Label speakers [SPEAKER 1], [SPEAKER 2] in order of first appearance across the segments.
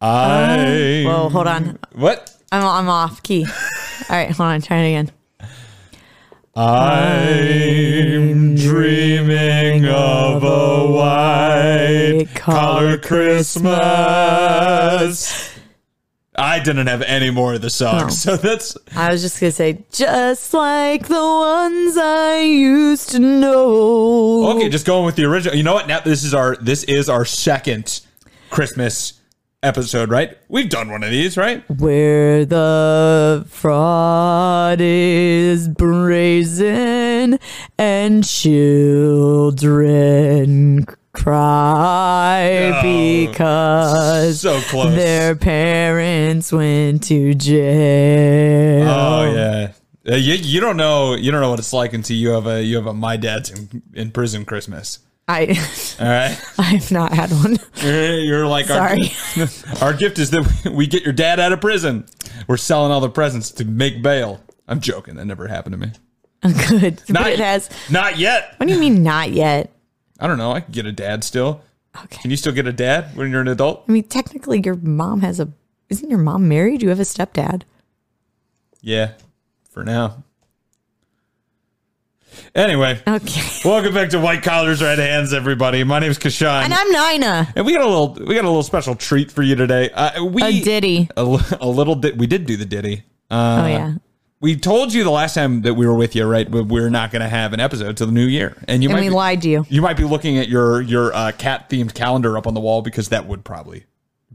[SPEAKER 1] I.
[SPEAKER 2] Whoa, hold on.
[SPEAKER 1] What?
[SPEAKER 2] I'm, I'm off key. All right, hold on. Try it again.
[SPEAKER 1] I'm dreaming of a white collar Christmas. I didn't have any more of the song,
[SPEAKER 2] Oh.
[SPEAKER 1] so that's
[SPEAKER 2] I was just going to say, just like the ones I used to know.
[SPEAKER 1] okay. Just going with the original. You know what? Now this is our this is our second Christmas episode, right? We've done one of these, right?
[SPEAKER 2] Where the fraud is brazen and children cry
[SPEAKER 1] Oh,
[SPEAKER 2] because
[SPEAKER 1] so close.
[SPEAKER 2] their parents went to jail.
[SPEAKER 1] Oh yeah. Uh, you, you don't know you don't know what it's like until you have a you have a my dad's in, in prison Christmas.
[SPEAKER 2] I
[SPEAKER 1] All right.
[SPEAKER 2] I've not had one.
[SPEAKER 1] You're, you're like, our-
[SPEAKER 2] Sorry.
[SPEAKER 1] Our, gift is that we get your dad out of prison. We're selling all the presents to make bail. I'm joking. That never happened to me.
[SPEAKER 2] Good. but it has.
[SPEAKER 1] Not yet.
[SPEAKER 2] What do you mean not yet?
[SPEAKER 1] I don't know. I can get a dad still. Can
[SPEAKER 2] Okay.
[SPEAKER 1] you still get a dad when you're an adult?
[SPEAKER 2] I mean, technically, your mom has a. Isn't your mom married? You have a stepdad.
[SPEAKER 1] Yeah. For now. Anyway,
[SPEAKER 2] Okay.
[SPEAKER 1] welcome back to White Collars Red Hands, everybody. My name's Kashan.
[SPEAKER 2] And I'm Nina.
[SPEAKER 1] And we got a little, we got a little special treat for you today. Uh, we
[SPEAKER 2] A ditty.
[SPEAKER 1] a, li- a little bit. We did do the ditty. Uh,
[SPEAKER 2] oh yeah.
[SPEAKER 1] we told you the last time that we were with you, right? but We're not going to have an episode till the new year, and you
[SPEAKER 2] And
[SPEAKER 1] might
[SPEAKER 2] we
[SPEAKER 1] be,
[SPEAKER 2] lied to you.
[SPEAKER 1] You might be looking at your your uh, cat themed calendar up on the wall because that would probably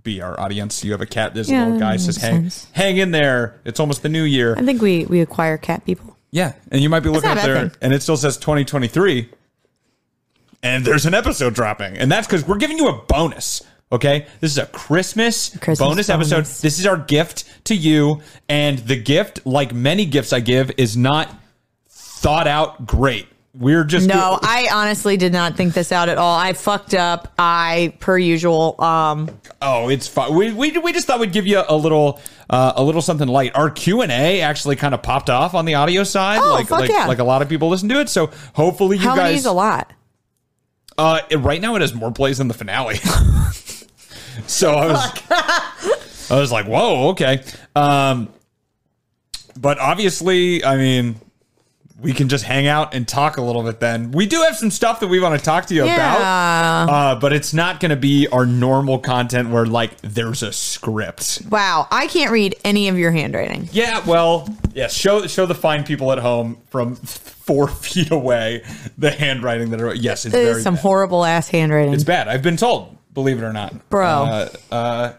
[SPEAKER 1] be our audience. You have a cat. There's
[SPEAKER 2] Yeah,
[SPEAKER 1] a little guy
[SPEAKER 2] that
[SPEAKER 1] says,
[SPEAKER 2] makes
[SPEAKER 1] "Hang,
[SPEAKER 2] sense.
[SPEAKER 1] hang in there. It's almost the new year."
[SPEAKER 2] I think we we acquire cat people.
[SPEAKER 1] Yeah, and you might be looking
[SPEAKER 2] not
[SPEAKER 1] up
[SPEAKER 2] a bad
[SPEAKER 1] there,
[SPEAKER 2] thing.
[SPEAKER 1] and it still says 2023, and there's an episode dropping, and that's because we're giving you a bonus. Okay, this is a Christmas,
[SPEAKER 2] Christmas
[SPEAKER 1] bonus, episode.
[SPEAKER 2] bonus.
[SPEAKER 1] This is our gift to you, and the gift, like many gifts I give, is not thought out. Great, we're just
[SPEAKER 2] No, I honestly did not think this out at all. I fucked up. I per usual. Um,
[SPEAKER 1] Oh, it's fun. We, we, we just thought we'd give you a little uh, a little something light. Our Q and A actually kind of popped off on the audio side.
[SPEAKER 2] Oh,
[SPEAKER 1] like
[SPEAKER 2] fuck
[SPEAKER 1] like,
[SPEAKER 2] yeah.
[SPEAKER 1] like a lot of people listen to it. So hopefully you
[SPEAKER 2] how
[SPEAKER 1] guys
[SPEAKER 2] many is a lot?
[SPEAKER 1] Uh, it- right now it has more plays than the finale. so I was, I was like, whoa, okay. Um, but obviously, I mean, we can just hang out and talk a little bit. Then we do have some stuff that we want to talk to you
[SPEAKER 2] Yeah.
[SPEAKER 1] about. Uh, but it's not going to be our normal content where like there's a script.
[SPEAKER 2] Wow, I can't read any of your handwriting.
[SPEAKER 1] Yeah, well, yeah. Show show the fine people at home from four feet away the handwriting that are. Yes, it's
[SPEAKER 2] It
[SPEAKER 1] very
[SPEAKER 2] is some
[SPEAKER 1] bad.
[SPEAKER 2] horrible ass handwriting.
[SPEAKER 1] It's bad. I've been told, believe it or not,
[SPEAKER 2] Bro.
[SPEAKER 1] Uh, uh,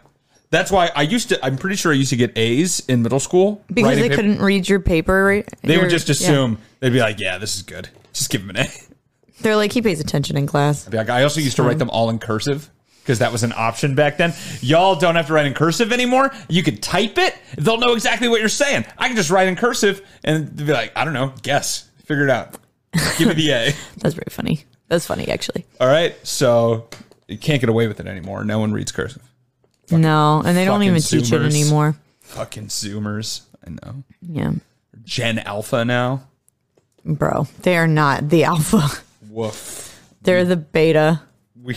[SPEAKER 1] that's why I used to. I'm pretty sure I used to get A's in middle school
[SPEAKER 2] because
[SPEAKER 1] writing
[SPEAKER 2] they
[SPEAKER 1] paper.
[SPEAKER 2] couldn't read your paper. right?
[SPEAKER 1] They
[SPEAKER 2] Your-
[SPEAKER 1] would just
[SPEAKER 2] yeah.
[SPEAKER 1] assume they'd be like, "Yeah, this is good. Just give him an A."
[SPEAKER 2] They're like he pays attention in class.
[SPEAKER 1] Be like, I also used to write them all in cursive because that was an option back then. Y'all don't have to write in cursive anymore. You could type it; they'll know exactly what you're saying. I can just write in cursive and they'd be like, "I don't know. Guess. Figure it out. Give me the A."
[SPEAKER 2] That's very funny. That's funny actually.
[SPEAKER 1] all right. So you can't get away with it anymore. No one reads cursive.
[SPEAKER 2] no, and they don't
[SPEAKER 1] fucking
[SPEAKER 2] even teach it
[SPEAKER 1] Zoomers.
[SPEAKER 2] anymore.
[SPEAKER 1] Fucking Zoomers. I know.
[SPEAKER 2] Yeah,
[SPEAKER 1] Gen Alpha now.
[SPEAKER 2] bro, they are not the alpha.
[SPEAKER 1] Woof.
[SPEAKER 2] They're the beta.
[SPEAKER 1] We,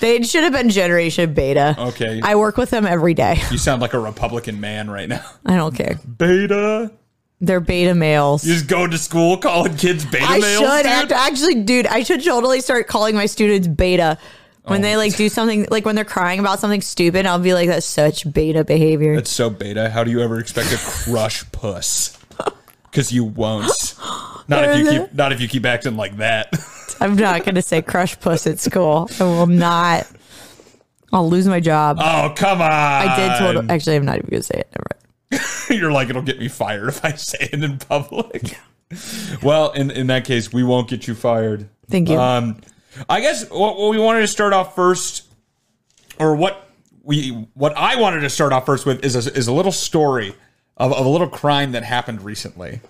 [SPEAKER 2] They should have been Generation Beta.
[SPEAKER 1] Okay.
[SPEAKER 2] I work with them every day.
[SPEAKER 1] you sound like a Republican man right now.
[SPEAKER 2] I don't care.
[SPEAKER 1] Beta.
[SPEAKER 2] They're beta males.
[SPEAKER 1] You just go to school calling kids beta
[SPEAKER 2] I
[SPEAKER 1] males.
[SPEAKER 2] should
[SPEAKER 1] dude?
[SPEAKER 2] act- actually, dude. I should totally start calling my students beta
[SPEAKER 1] Oh
[SPEAKER 2] when they like do something like when they're crying about something stupid. I'll be like, "That's such beta behavior."
[SPEAKER 1] That's so beta. How do you ever expect to crush puss? Because you won't. Not if you keep. Not if you keep acting like that.
[SPEAKER 2] I'm not gonna say crush puss at school. I will not. I'll lose my job.
[SPEAKER 1] Oh come on!
[SPEAKER 2] I
[SPEAKER 1] Uh,
[SPEAKER 2] did
[SPEAKER 1] um,
[SPEAKER 2] totally. Actually, I'm not even gonna say it. Never mind.
[SPEAKER 1] You're like it'll get me fired if I say it in public. Well, in in that case, we won't get you fired.
[SPEAKER 2] Thank you.
[SPEAKER 1] Um, I guess what, what we wanted to start off first, or what we what I wanted to start off first with is a, is a little story of, of a little crime that happened recently.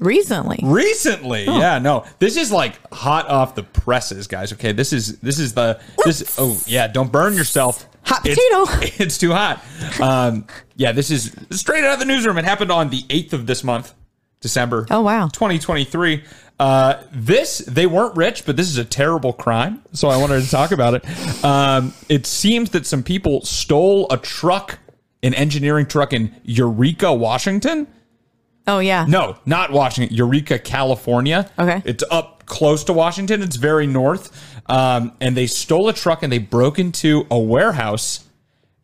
[SPEAKER 2] Recently.
[SPEAKER 1] Recently, yeah, no, this is like hot off the presses, guys. Okay, this is this is the this. Oh yeah, don't burn yourself.
[SPEAKER 2] Hot
[SPEAKER 1] It's-
[SPEAKER 2] potato.
[SPEAKER 1] It's too hot. Um, yeah, this is straight out of the newsroom. It happened on the eighth of this month, December.
[SPEAKER 2] Oh, wow.
[SPEAKER 1] 2023. Uh, this they weren't rich, but this is a terrible crime. So I wanted to talk about it. Um, it seems that some people stole a truck, an engineering truck in Eureka, Washington.
[SPEAKER 2] Oh yeah.
[SPEAKER 1] No, not Washington. Eureka, California.
[SPEAKER 2] Okay.
[SPEAKER 1] It's up close to Washington. It's very north. Um, and they stole a truck and they broke into a warehouse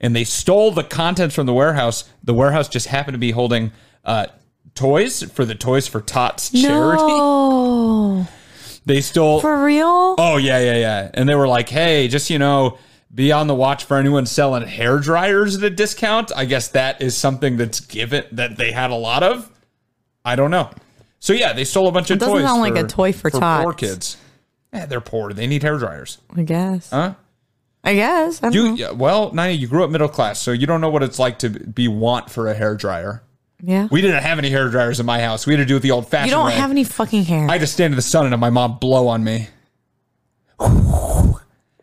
[SPEAKER 1] and they stole the contents from the warehouse. The warehouse just happened to be holding uh, toys for the Toys for Tots charity.
[SPEAKER 2] No.
[SPEAKER 1] They stole.
[SPEAKER 2] For real?
[SPEAKER 1] oh, yeah, yeah, yeah. And they were like, hey, just, you know, be on the watch for anyone selling hair dryers at a discount. I guess that is something that's given that they had a lot of. I don't know. So yeah, they stole a bunch of
[SPEAKER 2] doesn't
[SPEAKER 1] toys.
[SPEAKER 2] sound like a toy for
[SPEAKER 1] Poor
[SPEAKER 2] tots.
[SPEAKER 1] kids. Eh, they're poor. They need hair dryers.
[SPEAKER 2] I guess.
[SPEAKER 1] Huh?
[SPEAKER 2] I guess. I don't
[SPEAKER 1] You
[SPEAKER 2] know.
[SPEAKER 1] yeah, well, Nina, you grew up middle class, so you don't know what it's like to be want for a hair dryer.
[SPEAKER 2] Yeah.
[SPEAKER 1] We didn't have any hair dryers in my house. We had to do it the old fashioned.
[SPEAKER 2] you don't have any fucking hair.
[SPEAKER 1] I had to stand in the sun and have my mom blow on me.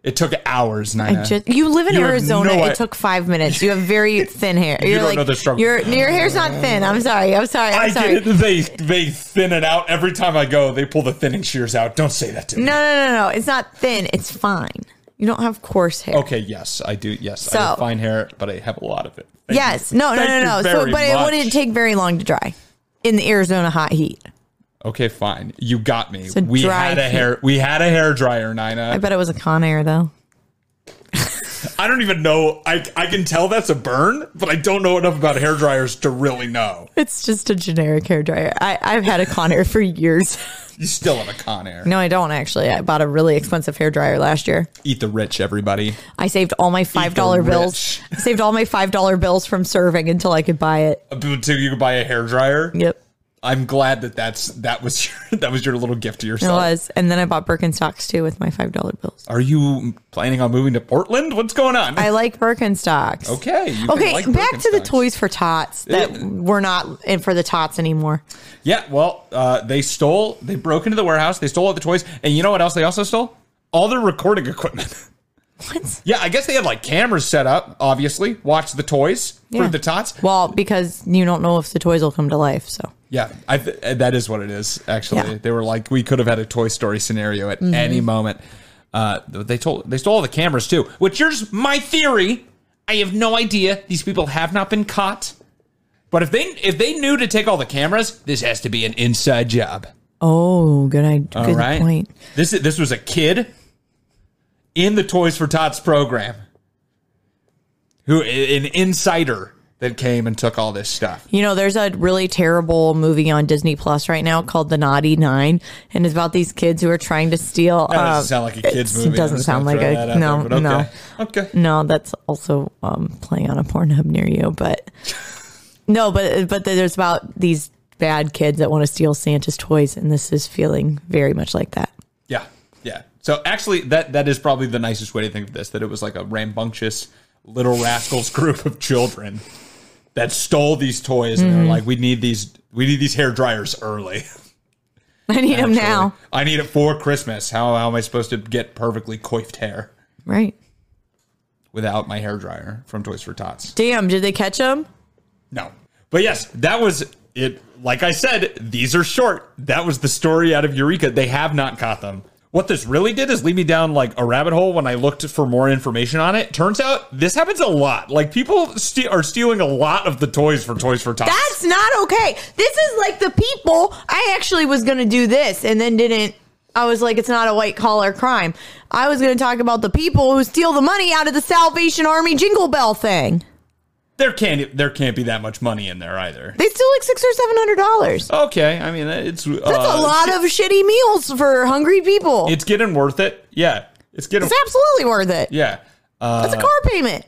[SPEAKER 1] It took hours,
[SPEAKER 2] I
[SPEAKER 1] Nina.
[SPEAKER 2] just, you live in
[SPEAKER 1] You have
[SPEAKER 2] Arizona.
[SPEAKER 1] no i-
[SPEAKER 2] it took five minutes. You have very thin hair. You're
[SPEAKER 1] don't
[SPEAKER 2] like,
[SPEAKER 1] know the struggle.
[SPEAKER 2] Your, your hair's not thin. I'm sorry. I'm sorry. I'm
[SPEAKER 1] I
[SPEAKER 2] sorry.
[SPEAKER 1] get it. They they thin it out every time I go. They pull the thinning shears out. Don't say that to me.
[SPEAKER 2] No, no, no, no. It's not thin. It's fine. You don't have coarse hair.
[SPEAKER 1] Okay, yes, I do. Yes, I have
[SPEAKER 2] So-
[SPEAKER 1] fine hair, but I have a lot of it. Thank
[SPEAKER 2] Yes.
[SPEAKER 1] you.
[SPEAKER 2] No, no,
[SPEAKER 1] Thank
[SPEAKER 2] no,
[SPEAKER 1] you
[SPEAKER 2] no. So,
[SPEAKER 1] very
[SPEAKER 2] but it
[SPEAKER 1] much.
[SPEAKER 2] wouldn't take very long to dry in the Arizona hot heat.
[SPEAKER 1] Okay, fine. You got me.
[SPEAKER 2] So
[SPEAKER 1] we
[SPEAKER 2] dry
[SPEAKER 1] had a
[SPEAKER 2] heat.
[SPEAKER 1] hair. We had a hair dryer,
[SPEAKER 2] I
[SPEAKER 1] Nina.
[SPEAKER 2] bet it was a con air though.
[SPEAKER 1] I don't even know. I I can tell that's a burn, but I don't know enough about hair dryers to really know.
[SPEAKER 2] It's just a generic hair dryer. I, I've had a con air for years.
[SPEAKER 1] You still have a con air.
[SPEAKER 2] no, I don't actually. I bought a really expensive hair dryer last year.
[SPEAKER 1] Eat the rich, everybody.
[SPEAKER 2] I saved all my five dollar bills.
[SPEAKER 1] rich.
[SPEAKER 2] I saved all my five dollar bills from serving until I could buy it.
[SPEAKER 1] Until you could buy a hair dryer.
[SPEAKER 2] Yep.
[SPEAKER 1] I'm glad that that's that was your that was your little gift to
[SPEAKER 2] It
[SPEAKER 1] yourself.
[SPEAKER 2] was. And then I bought Birkenstocks too with my five dollar bills.
[SPEAKER 1] Are you planning on moving to Portland? What's going on?
[SPEAKER 2] I like Birkenstocks.
[SPEAKER 1] okay. you can
[SPEAKER 2] Okay,
[SPEAKER 1] like
[SPEAKER 2] back to the
[SPEAKER 1] Birkenstocks.
[SPEAKER 2] toys for tots that
[SPEAKER 1] Yeah.
[SPEAKER 2] we're not in for the tots anymore.
[SPEAKER 1] Yeah, well, uh, they stole, they broke into the warehouse, they stole all the toys, and you know what else they also stole? All their recording equipment.
[SPEAKER 2] What?
[SPEAKER 1] yeah, I guess they had like cameras set up, obviously, watch the toys
[SPEAKER 2] Yeah.
[SPEAKER 1] for the tots.
[SPEAKER 2] Well, because you don't know if the toys will come to life. So
[SPEAKER 1] Yeah, I th- uh, that is what it is, actually.
[SPEAKER 2] Yeah. Mm-hmm.
[SPEAKER 1] They were like, we could have had a Toy Story scenario at any moment. Uh, they told they stole all the cameras too, which here's my theory. I have no idea. These people have not been caught. But if they if they knew to take all the cameras, this has to be an inside job.
[SPEAKER 2] oh, good, I- good
[SPEAKER 1] All right.
[SPEAKER 2] point.
[SPEAKER 1] This is- this was a kid in the Toys for Tots program who an insider that came and took all this stuff.
[SPEAKER 2] You know, there's a really terrible movie on Disney Plus right now called The Naughty Nine, and it's about these kids who are trying to steal.
[SPEAKER 1] That
[SPEAKER 2] um,
[SPEAKER 1] doesn't sound like a kids
[SPEAKER 2] it's-
[SPEAKER 1] movie.
[SPEAKER 2] It doesn't
[SPEAKER 1] I'm just
[SPEAKER 2] sound
[SPEAKER 1] gonna
[SPEAKER 2] like
[SPEAKER 1] throw that
[SPEAKER 2] a
[SPEAKER 1] out
[SPEAKER 2] no,
[SPEAKER 1] there, but
[SPEAKER 2] no,
[SPEAKER 1] okay. Okay.
[SPEAKER 2] no. That's also um, playing on a Pornhub near you, but no, but but there's about these bad kids that want to steal Santa's toys, and this is feeling very much like that.
[SPEAKER 1] Yeah. Yeah. So actually that that is probably the nicest way to think of this that it was like a rambunctious little rascals group of children that stole these toys and
[SPEAKER 2] Mm-hmm.
[SPEAKER 1] they're like we need these we need these hair dryers early.
[SPEAKER 2] I need them now,
[SPEAKER 1] Actually, I need it for Christmas. How, how am I supposed to get perfectly coiffed hair
[SPEAKER 2] right?
[SPEAKER 1] without my hair dryer from Toys for Tots?
[SPEAKER 2] Damn, did they catch them?
[SPEAKER 1] No. But yes, that was it. Like I said, these are short. That was the story out of Eureka. They have not caught them. What this really did is lead me down like a rabbit hole when I looked for more information on it. Turns out this happens a lot. Like people ste- are stealing a lot of the toys for Toys for Tots.
[SPEAKER 2] That's not okay. This is like the people. I actually was going to do this and then didn't. I was like, it's not a white collar crime. I was going to talk about the people who steal the money out of the Salvation Army jingle bell thing.
[SPEAKER 1] there can't there can't be that much money in there either.
[SPEAKER 2] They steal like six or seven hundred dollars.
[SPEAKER 1] Okay, I mean it's uh,
[SPEAKER 2] That's a lot of shitty meals for hungry people. It's,
[SPEAKER 1] It's getting worth it. Yeah, it's getting
[SPEAKER 2] absolutely worth it.
[SPEAKER 1] Yeah. Uh,
[SPEAKER 2] That's a car payment.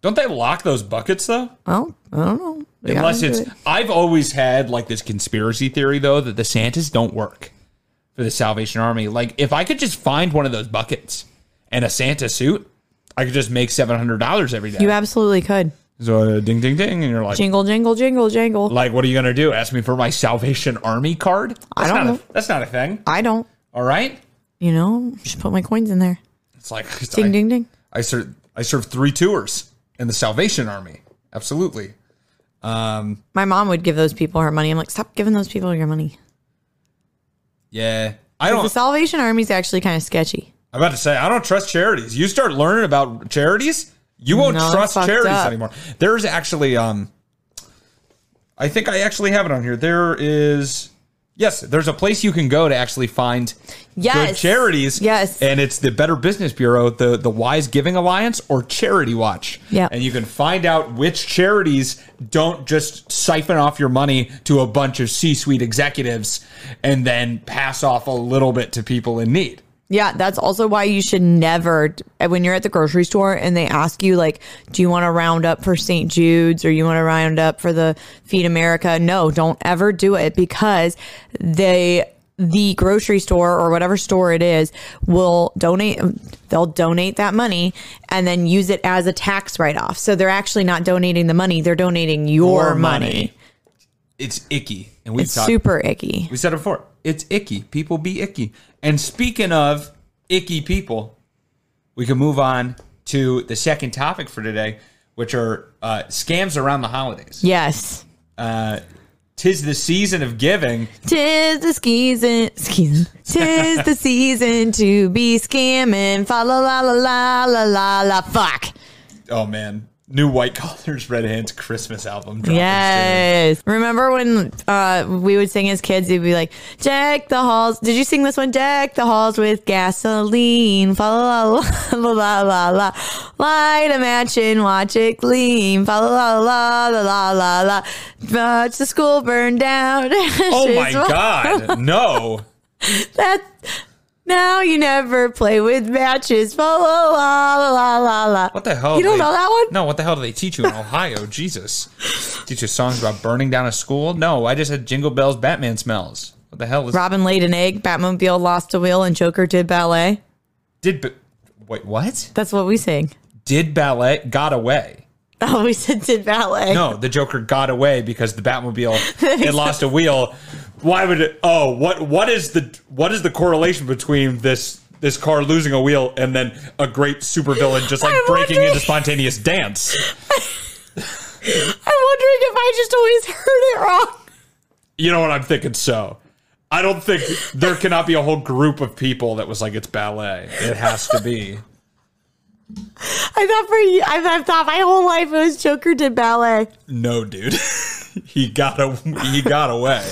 [SPEAKER 1] don't they lock those buckets though?
[SPEAKER 2] Well, I don't know. We gotta
[SPEAKER 1] Unless
[SPEAKER 2] do
[SPEAKER 1] it's.
[SPEAKER 2] it.
[SPEAKER 1] I've always had like this conspiracy theory though that the Santas don't work for the Salvation Army. Like if I could just find one of those buckets and a Santa suit, I could just make seven hundred dollars every day.
[SPEAKER 2] You absolutely could.
[SPEAKER 1] so uh, ding ding ding, and you're like,
[SPEAKER 2] Jingle, jingle, jingle, jingle.
[SPEAKER 1] like, what are you gonna do? Ask me for my Salvation Army card? That's
[SPEAKER 2] I don't
[SPEAKER 1] not
[SPEAKER 2] know.
[SPEAKER 1] A, that's not a thing.
[SPEAKER 2] I don't.
[SPEAKER 1] All right.
[SPEAKER 2] You know, just put my coins in there.
[SPEAKER 1] It's like
[SPEAKER 2] Ding,
[SPEAKER 1] I,
[SPEAKER 2] ding, ding.
[SPEAKER 1] I served I served three tours in the Salvation Army. Absolutely. Um.
[SPEAKER 2] My mom would give those people her money. I'm like, stop giving those people your money.
[SPEAKER 1] Yeah. I
[SPEAKER 2] 'Cause The
[SPEAKER 1] don't.
[SPEAKER 2] Salvation Army's actually kind of sketchy.
[SPEAKER 1] I'm about to say I don't trust charities. You start learning about charities, you won't
[SPEAKER 2] No,
[SPEAKER 1] trust
[SPEAKER 2] fucked
[SPEAKER 1] charities
[SPEAKER 2] up.
[SPEAKER 1] anymore. There's actually um I think I actually have it on here. There is yes, there's a place you can go to actually find good
[SPEAKER 2] Yes.
[SPEAKER 1] charities.
[SPEAKER 2] Yes.
[SPEAKER 1] And it's the Better Business Bureau, the the Wise Giving Alliance or Charity Watch.
[SPEAKER 2] Yep.
[SPEAKER 1] And you can find out which charities don't just siphon off your money to a bunch of C-suite executives and then pass off a little bit to people in need.
[SPEAKER 2] Yeah, that's also why you should never, when you're at the grocery store and they ask you, like, do you want to round up for St. Jude's or you want to round up for the Feed America? No, don't ever do it because they, the grocery store or whatever store it is will donate, they'll donate that money and then use it as a tax write off. So they're actually not donating the money, they're donating your,
[SPEAKER 1] Your money.
[SPEAKER 2] money.
[SPEAKER 1] It's icky. And we've
[SPEAKER 2] It's
[SPEAKER 1] talked-
[SPEAKER 2] super icky.
[SPEAKER 1] We said it before. It's icky. People be icky. And speaking of icky people, we can move on to the second topic for today, which are uh, scams around the holidays.
[SPEAKER 2] Yes.
[SPEAKER 1] Tis the season of giving.
[SPEAKER 2] Tis the season, season. Tis the season to be scamming. Fa la la la la la la la. Fuck.
[SPEAKER 1] Oh man, new White Collars Red Hands Christmas album. dropping
[SPEAKER 2] Yes. Remember when uh, we would sing as kids? We'd be like, "Deck the halls." Did you sing this one? Deck the halls with gasoline. Fa la la la la la la. Light a match and watch it gleam. Fa la la la la la la la. Watch the school burn down.
[SPEAKER 1] soon. Oh my god, no!
[SPEAKER 2] That now you never play with matches. La la la la la la.
[SPEAKER 1] What the hell?
[SPEAKER 2] You don't
[SPEAKER 1] do they-
[SPEAKER 2] know that one?
[SPEAKER 1] No, what the hell do they teach you in Ohio? Jesus, teach you songs about burning down a school? No, I just had Jingle Bells, Batman smells. What the hell is
[SPEAKER 2] Robin laid an egg. Batmobile lost a wheel, and Joker did ballet.
[SPEAKER 1] Did ba- wait? What
[SPEAKER 2] That's what we sing.
[SPEAKER 1] did ballet got away?
[SPEAKER 2] Oh, we said did ballet.
[SPEAKER 1] No, the Joker got away because the Batmobile it lost a wheel. Why would it? Oh, what what is the what is the correlation between this this car losing a wheel and then a great supervillain just like
[SPEAKER 2] I'm
[SPEAKER 1] breaking
[SPEAKER 2] wondering-
[SPEAKER 1] into spontaneous dance?
[SPEAKER 2] I'm wondering if I just always heard it wrong.
[SPEAKER 1] You know what I'm thinking? So. I don't think there cannot be a whole group of people that was like it's ballet. It has to be.
[SPEAKER 2] I thought for you, I, I thought my whole life it was Joker did ballet.
[SPEAKER 1] No, dude. he got a, he got away.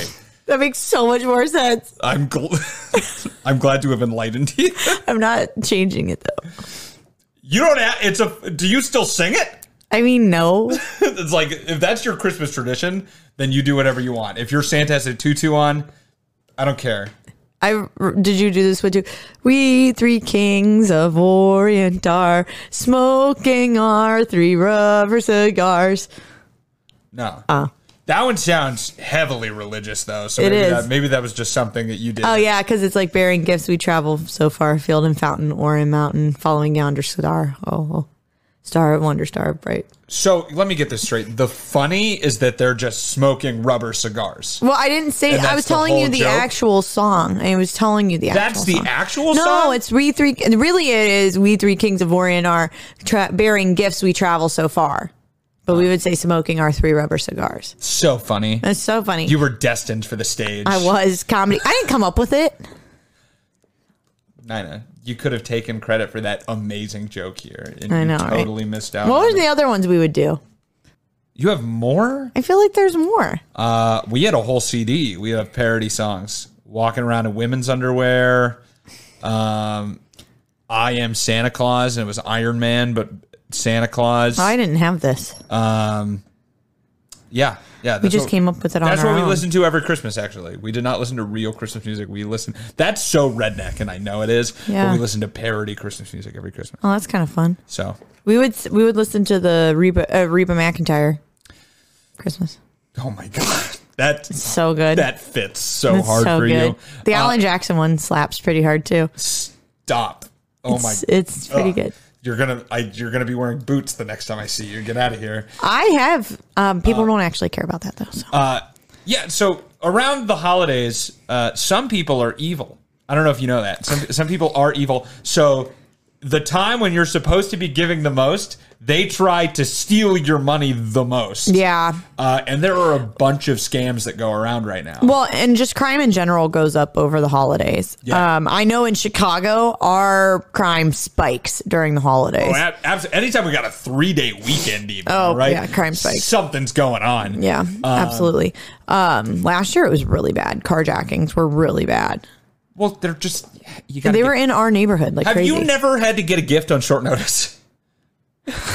[SPEAKER 2] That makes so much more sense.
[SPEAKER 1] I'm gl- I'm glad to have enlightened you.
[SPEAKER 2] I'm not changing it though.
[SPEAKER 1] You don't have it's a do you still sing it?
[SPEAKER 2] I mean, no.
[SPEAKER 1] It's like if that's your Christmas tradition, then you do whatever you want. If your Santa has a tutu on, I don't care.
[SPEAKER 2] I did you do this one too? We three kings of Orient are smoking our three rubber cigars.
[SPEAKER 1] No. that one sounds heavily religious though. So
[SPEAKER 2] Ah. It
[SPEAKER 1] maybe
[SPEAKER 2] is.
[SPEAKER 1] that maybe that was just something that you did.
[SPEAKER 2] Oh yeah, because it's like bearing gifts. We travel so far afield in fountain or in mountain, following yonder star. Oh, star wonder star bright.
[SPEAKER 1] So let me get this straight. The funny is that they're just smoking rubber cigars.
[SPEAKER 2] Well, I didn't say.
[SPEAKER 1] And
[SPEAKER 2] I
[SPEAKER 1] that's
[SPEAKER 2] was
[SPEAKER 1] the
[SPEAKER 2] telling you
[SPEAKER 1] whole
[SPEAKER 2] the
[SPEAKER 1] joke?
[SPEAKER 2] actual song. I was telling you the actual.
[SPEAKER 1] That's the
[SPEAKER 2] song.
[SPEAKER 1] actual
[SPEAKER 2] no,
[SPEAKER 1] song?
[SPEAKER 2] it's we three. Really, it is we three kings of Orient are tra- bearing gifts. We travel so far, but
[SPEAKER 1] Oh.
[SPEAKER 2] we would say smoking our three rubber cigars.
[SPEAKER 1] So funny.
[SPEAKER 2] That's so funny.
[SPEAKER 1] You were destined for the stage.
[SPEAKER 2] I was comedy. I didn't come up with it.
[SPEAKER 1] Nina, you could have taken credit for that amazing joke here. And
[SPEAKER 2] I
[SPEAKER 1] you
[SPEAKER 2] know, right?
[SPEAKER 1] totally missed out.
[SPEAKER 2] What
[SPEAKER 1] on
[SPEAKER 2] were
[SPEAKER 1] it.
[SPEAKER 2] the other ones we would do?
[SPEAKER 1] You have more?
[SPEAKER 2] I feel like there's more.
[SPEAKER 1] Uh, we had a whole CD. We have parody songs. Walking around in women's underwear. Um, I am Santa Claus, and it was Iron Man, but Santa Claus.
[SPEAKER 2] Oh, I didn't have this.
[SPEAKER 1] Um, yeah, yeah.
[SPEAKER 2] We just came up with it on
[SPEAKER 1] That's
[SPEAKER 2] our
[SPEAKER 1] what we
[SPEAKER 2] own.
[SPEAKER 1] listen to every Christmas. Actually, we did not listen to real Christmas music. We listen. That's so redneck, and I know it is. But
[SPEAKER 2] Yeah.
[SPEAKER 1] we listen to parody Christmas music every Christmas.
[SPEAKER 2] Oh, that's kind of fun.
[SPEAKER 1] So
[SPEAKER 2] We would we would listen to the Reba uh, Reba McIntyre Christmas.
[SPEAKER 1] Oh my god, that
[SPEAKER 2] So good.
[SPEAKER 1] that fits so
[SPEAKER 2] That's
[SPEAKER 1] hard
[SPEAKER 2] so
[SPEAKER 1] for
[SPEAKER 2] good.
[SPEAKER 1] you.
[SPEAKER 2] The
[SPEAKER 1] Uh,
[SPEAKER 2] Alan Jackson one slaps pretty hard too.
[SPEAKER 1] stop. Oh my,
[SPEAKER 2] It's, it's pretty
[SPEAKER 1] Ugh.
[SPEAKER 2] good.
[SPEAKER 1] You're gonna, I, you're gonna be wearing boots the next time I see you. Get out of here.
[SPEAKER 2] I have. Um,
[SPEAKER 1] Uh,
[SPEAKER 2] people don't actually care about that though. So.
[SPEAKER 1] Yeah. So around the holidays, uh, some people are evil. I don't know if you know that. Some some people are evil. So the time when you're supposed to be giving the most, they try to steal your money the most.
[SPEAKER 2] yeah.
[SPEAKER 1] Uh, and there are a bunch of scams that go around right now.
[SPEAKER 2] Well, and just crime in general goes up over the holidays.
[SPEAKER 1] Yeah.
[SPEAKER 2] Um, I know in Chicago, our crime spikes during the holidays.
[SPEAKER 1] Oh, ab- abs- anytime we got a three day weekend, even
[SPEAKER 2] Oh,
[SPEAKER 1] right?
[SPEAKER 2] yeah, crime spikes.
[SPEAKER 1] Something's going on.
[SPEAKER 2] yeah, absolutely. Um, last year it was really bad. Carjackings were really bad.
[SPEAKER 1] Well, they're just you gotta
[SPEAKER 2] They
[SPEAKER 1] get-
[SPEAKER 2] were in our neighborhood, like
[SPEAKER 1] Have
[SPEAKER 2] crazy.
[SPEAKER 1] you never had to get a gift on short notice?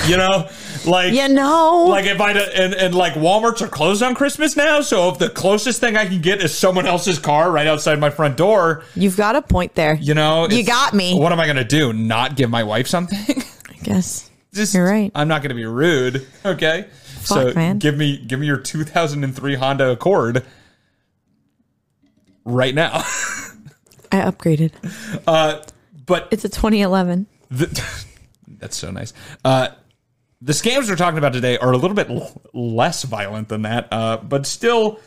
[SPEAKER 1] you know, like
[SPEAKER 2] You know,
[SPEAKER 1] like if I and and like Walmart's are closed on Christmas now, so if the closest thing I can get is someone else's car right outside my front door,
[SPEAKER 2] you've got a point there.
[SPEAKER 1] you know,
[SPEAKER 2] you
[SPEAKER 1] it's-
[SPEAKER 2] got me.
[SPEAKER 1] What am I gonna do? Not give my wife something?
[SPEAKER 2] I guess.
[SPEAKER 1] Just,
[SPEAKER 2] You're right.
[SPEAKER 1] I'm not gonna be rude. Okay. so
[SPEAKER 2] man.
[SPEAKER 1] give me give me your 2003 Honda Accord right now.
[SPEAKER 2] I upgraded.
[SPEAKER 1] but
[SPEAKER 2] It's a 2011.
[SPEAKER 1] The, that's so nice. Uh, the scams we're talking about today are a little bit l- less violent than that, uh, but still,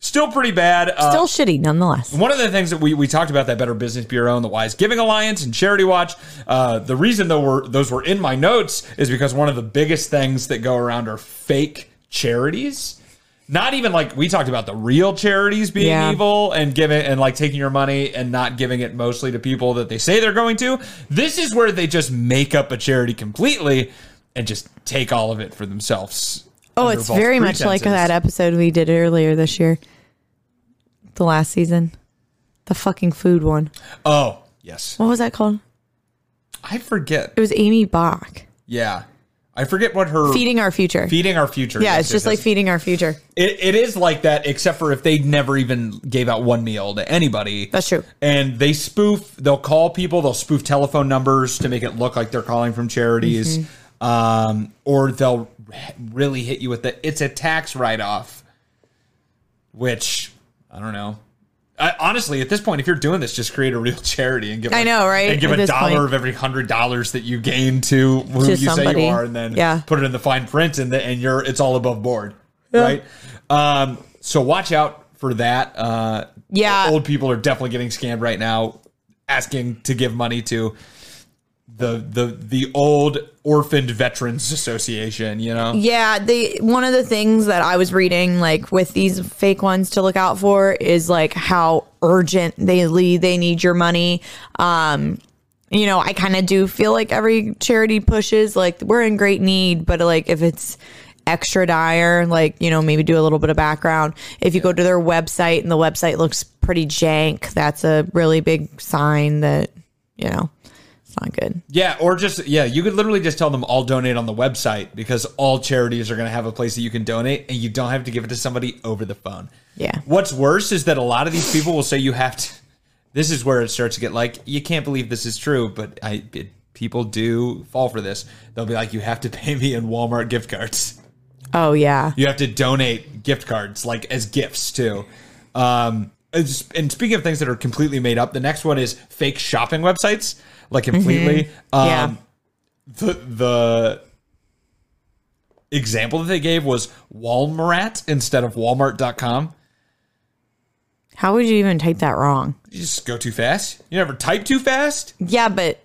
[SPEAKER 1] still pretty bad. Uh,
[SPEAKER 2] Still shitty, nonetheless.
[SPEAKER 1] one of the things that we, we talked about that Better Business Bureau and the Wise Giving Alliance and Charity Watch. Uh, the reason though were those were in my notes is because one of the biggest things that go around are fake charities. Not even like we talked about the real charities being
[SPEAKER 2] Yeah.
[SPEAKER 1] evil and giving and like taking your money and not giving it mostly to people that they say they're going to. This is where they just make up a charity completely and just take all of it for themselves.
[SPEAKER 2] Oh,
[SPEAKER 1] under
[SPEAKER 2] it's
[SPEAKER 1] false
[SPEAKER 2] very much like
[SPEAKER 1] pretenses.
[SPEAKER 2] that episode we did earlier this year, the last season, the fucking food one.
[SPEAKER 1] Oh, yes.
[SPEAKER 2] What was that called?
[SPEAKER 1] I forget.
[SPEAKER 2] It was Amy Bach
[SPEAKER 1] Yeah. I forget what her
[SPEAKER 2] feeding our future.
[SPEAKER 1] feeding our future.
[SPEAKER 2] yeah,
[SPEAKER 1] Yes,
[SPEAKER 2] it's just
[SPEAKER 1] yes,
[SPEAKER 2] like
[SPEAKER 1] yes.
[SPEAKER 2] feeding our future.
[SPEAKER 1] It, it is like that, except for if they never even gave out one meal to anybody.
[SPEAKER 2] That's true.
[SPEAKER 1] And they spoof. They'll call people. They'll spoof telephone numbers to make it look like they're calling from charities,
[SPEAKER 2] Mm-hmm.
[SPEAKER 1] um, or they'll h- really hit you with the "it's a tax write-off," which I don't know. I, honestly, at this point, if you're doing this, just create a real charity and give.
[SPEAKER 2] I
[SPEAKER 1] like-
[SPEAKER 2] know, right?
[SPEAKER 1] And give
[SPEAKER 2] At
[SPEAKER 1] a
[SPEAKER 2] this
[SPEAKER 1] dollar
[SPEAKER 2] point.
[SPEAKER 1] of every hundred dollars that you gain to who
[SPEAKER 2] To
[SPEAKER 1] you say
[SPEAKER 2] somebody.
[SPEAKER 1] you are, and then
[SPEAKER 2] Yeah.
[SPEAKER 1] put it in the fine print, and the, and you're it's all above board, right? Um, so watch out for that. Uh,
[SPEAKER 2] Yeah.
[SPEAKER 1] old people are definitely getting scammed right now, asking to give money to the the the old orphaned veterans association. You know,
[SPEAKER 2] Yeah, the one of the things that I was reading, like with these fake ones to look out for, is like how urgent they lead. They need your money. Um, you know, I kind of do feel like every charity pushes like we're in great need, but like if it's extra dire, like you know, maybe do a little bit of background. If you go to their website and the website looks pretty jank, that's a really big sign that you know it's not good.
[SPEAKER 1] yeah, or just yeah, you could literally just tell them all donate on the website because all charities are going to have a place that you can donate, and you don't have to give it to somebody over the phone.
[SPEAKER 2] Yeah.
[SPEAKER 1] What's worse is that a lot of these people will say you have to. This is where it starts to get like you can't believe this is true, but I it, people do fall for this. They'll be like, you have to pay me in Walmart gift cards.
[SPEAKER 2] Oh yeah.
[SPEAKER 1] You have to donate gift cards like as gifts too. Um, it's- and speaking of things that are completely made up, the next one is fake shopping websites, like completely. Um,
[SPEAKER 2] Yeah.
[SPEAKER 1] the the example that they gave was Walmart instead of Walmart.com.
[SPEAKER 2] How would you even type that wrong?
[SPEAKER 1] You just go too fast. You never type too fast.
[SPEAKER 2] Yeah, but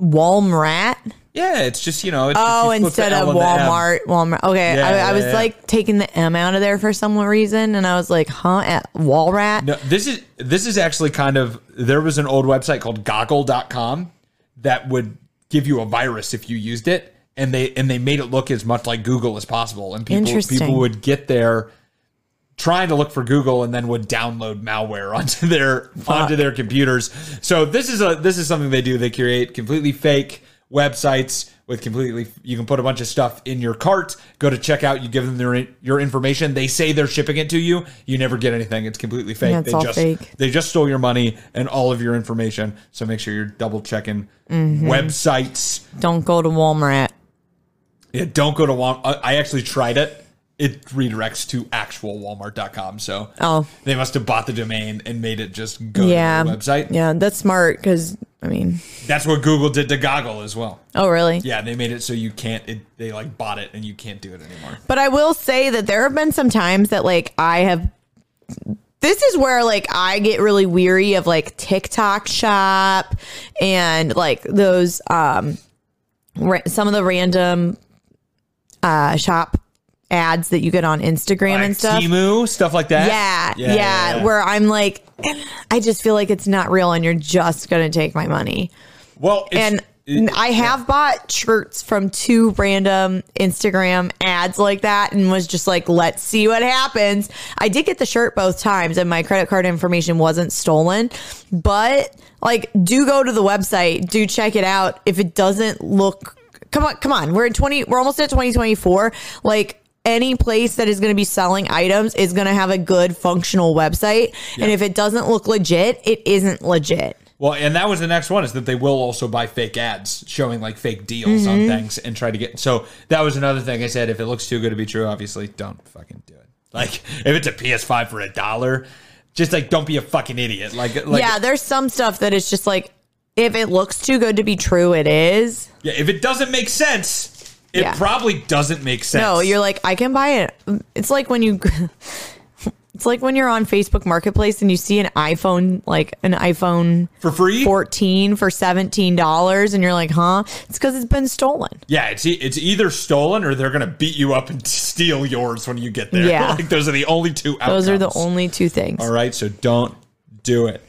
[SPEAKER 2] Walmart.
[SPEAKER 1] Yeah, it's just you know. It's
[SPEAKER 2] Oh,
[SPEAKER 1] just you flip the
[SPEAKER 2] instead
[SPEAKER 1] L
[SPEAKER 2] of
[SPEAKER 1] and the M.
[SPEAKER 2] Walmart, Walmart. Okay,
[SPEAKER 1] Yeah,
[SPEAKER 2] I,
[SPEAKER 1] yeah,
[SPEAKER 2] I was
[SPEAKER 1] yeah.
[SPEAKER 2] like taking the M out of there for some reason, and I was like, huh, at Walrat.
[SPEAKER 1] No, this is this is actually kind of there was an old website called goggle.com that would give you a virus if you used it and they and they made it look as much like Google as possible and people
[SPEAKER 2] Interesting.
[SPEAKER 1] people would get there trying to look for Google and then would download malware onto their onto their computers. So this is a this is something they do. They create completely fake websites with completely you can put a bunch of stuff in your cart, go to checkout, you give them their your information, they say they're shipping it to you, you never get anything. It's completely fake.
[SPEAKER 2] Yeah, it's
[SPEAKER 1] they
[SPEAKER 2] all
[SPEAKER 1] just
[SPEAKER 2] fake.
[SPEAKER 1] they just stole your money and all of your information. So make sure you're double checking
[SPEAKER 2] Mm-hmm.
[SPEAKER 1] websites.
[SPEAKER 2] Don't go to Walmart.
[SPEAKER 1] Yeah, don't go to Walmart. I I actually tried it. It redirects to actual Walmart.com. So
[SPEAKER 2] Oh.
[SPEAKER 1] they must have bought the domain and made it just go
[SPEAKER 2] Yeah,
[SPEAKER 1] to the website.
[SPEAKER 2] Yeah, that's smart because I mean,
[SPEAKER 1] That's what Google did to Goggle as well.
[SPEAKER 2] oh really?
[SPEAKER 1] Yeah, they made it so you can't. It, they like bought it, and you can't do it anymore.
[SPEAKER 2] But I will say that there have been some times that like I have this is where like I get really weary of like TikTok shop and like those um ra- some of the random uh shop ads that you get on Instagram
[SPEAKER 1] Like
[SPEAKER 2] and stuff.
[SPEAKER 1] Temu, stuff like that.
[SPEAKER 2] Yeah, yeah, where I'm like I just feel like it's not real and you're just going to take my money.
[SPEAKER 1] well, it's-
[SPEAKER 2] And
[SPEAKER 1] it-
[SPEAKER 2] I have bought shirts from two random Instagram ads like that and was just like, let's see what happens. I did get the shirt both times and my credit card information wasn't stolen, but like, do go to the website, do check it out. If it doesn't look, come on, come on. We're in 20, we're almost at 2024. Like, any place that is going to be selling items is going to have a good functional website. And if it doesn't look legit, it isn't legit.
[SPEAKER 1] Well, and that was the next one is that they will also buy fake ads showing like fake deals
[SPEAKER 2] Mm-hmm.
[SPEAKER 1] on things and try to get. So that was another thing I said. If it looks too good to be true, obviously don't fucking do it. Like if it's a PS5 for a dollar, just like don't be a fucking idiot. Like, like
[SPEAKER 2] yeah, there's some stuff that it's just like if it looks too good to be true, it is.
[SPEAKER 1] yeah, if it doesn't make sense, it
[SPEAKER 2] Yeah.
[SPEAKER 1] probably doesn't make sense.
[SPEAKER 2] No, you're like I can buy it. It's like when you, it's like when you're on Facebook Marketplace and you see an iPhone like an iPhone
[SPEAKER 1] for free.
[SPEAKER 2] 14 for 17 dollars, and you're like, huh? It's because it's been stolen.
[SPEAKER 1] yeah, it's e- it's either stolen or they're gonna beat you up and steal yours when you get there.
[SPEAKER 2] Yeah.
[SPEAKER 1] like those are the only two.
[SPEAKER 2] Those are the
[SPEAKER 1] outcomes.
[SPEAKER 2] only two things.
[SPEAKER 1] All right, so don't do it.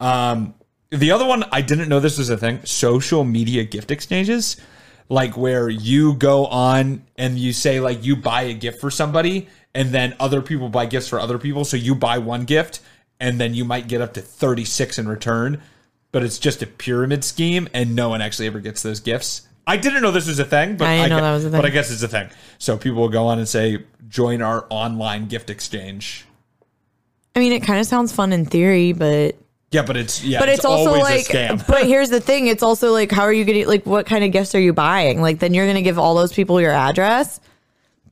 [SPEAKER 1] Um, the other one I didn't know this was a thing: social media gift exchanges, like where you go on and you say like you buy a gift for somebody, and then other people buy gifts for other people. So you buy one gift, and then you might get up to thirty six in return. But it's just a pyramid scheme, and no one actually ever gets those gifts. I didn't know this was a thing, but
[SPEAKER 2] I didn't know
[SPEAKER 1] gue-
[SPEAKER 2] that was a thing.
[SPEAKER 1] But I guess it's a thing. So people will go on and say, "Join our online gift exchange."
[SPEAKER 2] I mean, it kind of sounds fun in theory, but
[SPEAKER 1] Yeah, but it's yeah,
[SPEAKER 2] but it's, also
[SPEAKER 1] always
[SPEAKER 2] like
[SPEAKER 1] a scam.
[SPEAKER 2] but here's the thing it's also like how are you getting like what kind of gifts are you buying like then you're gonna give all those people your address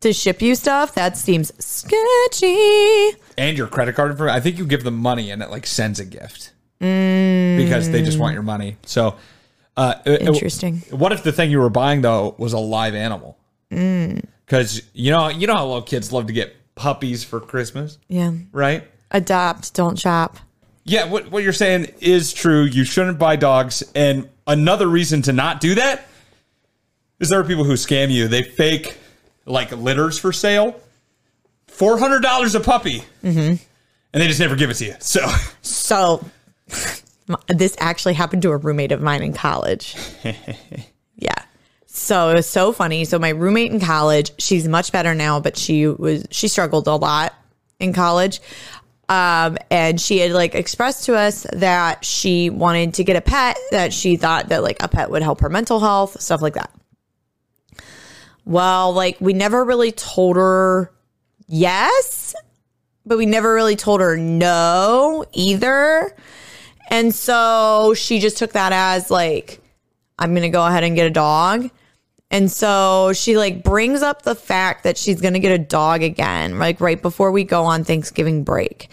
[SPEAKER 2] to ship you stuff that seems sketchy
[SPEAKER 1] and your credit card information. I think you give them money and it like sends a gift because they just want your money. So uh, it- it-
[SPEAKER 2] Interesting.
[SPEAKER 1] What if the thing you were buying though was a live animal?
[SPEAKER 2] Mm.
[SPEAKER 1] Because you know you know how little kids love to get puppies for Christmas,
[SPEAKER 2] yeah
[SPEAKER 1] right?
[SPEAKER 2] adopt don't shop
[SPEAKER 1] Yeah, what what you're saying is true. You shouldn't buy dogs. And another reason to not do that is there are people who scam you. They fake like litters for sale, four hundred dollars a puppy, mm-hmm. and they just never give it to you. So
[SPEAKER 2] so this actually happened to a roommate of mine in college yeah so it was so funny so my roommate in college she's much better now but she was she struggled a lot in college um, and she had like expressed to us that she wanted to get a pet that she thought that like a pet would help her mental health stuff like that well like we never really told her yes but we never really told her no either and so she just took that as like I'm going to go ahead and get a dog. And so she like brings up the fact that she's going to get a dog again, like right before we go on Thanksgiving break.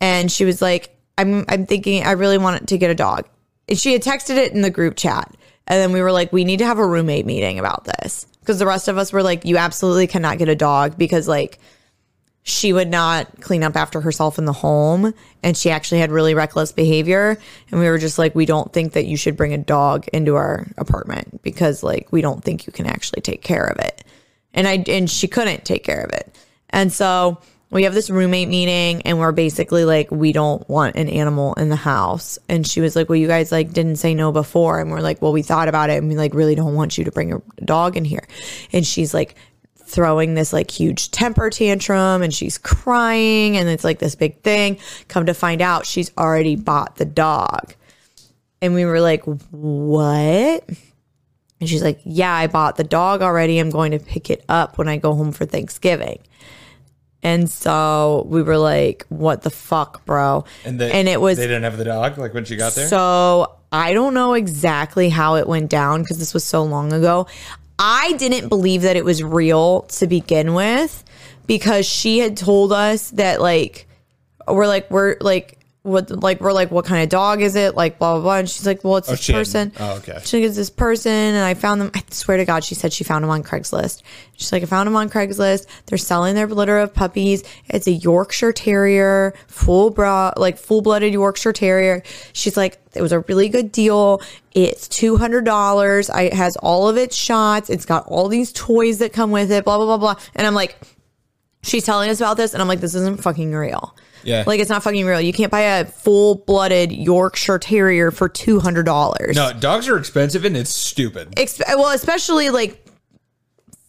[SPEAKER 2] And she was like, I'm, I'm thinking I really want to get a dog. And she had texted it in the group chat. And then we were like, we need to have a roommate meeting about this. Cause the rest of us were like, you absolutely cannot get a dog because like she would not clean up after herself in the home and she actually had really reckless behavior and we were just like we don't think that you should bring a dog into our apartment because like we don't think you can actually take care of it and i and she couldn't take care of it and so we have this roommate meeting and we're basically like we don't want an animal in the house and she was like well you guys like didn't say no before and we're like well we thought about it and we like really don't want you to bring a dog in here and she's like throwing this like huge temper tantrum and she's crying and it's like this big thing. Come to find out, she's already bought the dog. And we were like, what? And she's like, yeah, I bought the dog already. I'm going to pick it up when I go home for Thanksgiving. And so we were like, what the fuck, bro? and it was
[SPEAKER 1] they didn't have the dog like when she got there.
[SPEAKER 2] so I don't know exactly how it went down because this was so long ago. I didn't believe that it was real to begin with because she had told us that like we're like we're like what like we're like, what kind of dog is it? Like blah blah blah. And she's like, well, it's
[SPEAKER 1] Oh,
[SPEAKER 2] this
[SPEAKER 1] she
[SPEAKER 2] person.
[SPEAKER 1] hadn't- oh, okay.
[SPEAKER 2] She gets this person, and I found them. I swear to God, she said she found them on Craigslist. She's like, I found them on Craigslist. They're selling their litter of puppies. It's a Yorkshire Terrier, full bra, like full blooded Yorkshire Terrier. She's like, it was a really good deal. It's two hundred dollars. It has all of its shots. It's got all these toys that come with it. Blah blah blah blah. And I'm like she's telling us about this and i'm like this isn't fucking real
[SPEAKER 1] Yeah.
[SPEAKER 2] like it's not fucking real you can't buy a full-blooded yorkshire terrier for $200
[SPEAKER 1] No, dogs are expensive and it's stupid.
[SPEAKER 2] Ex- well especially like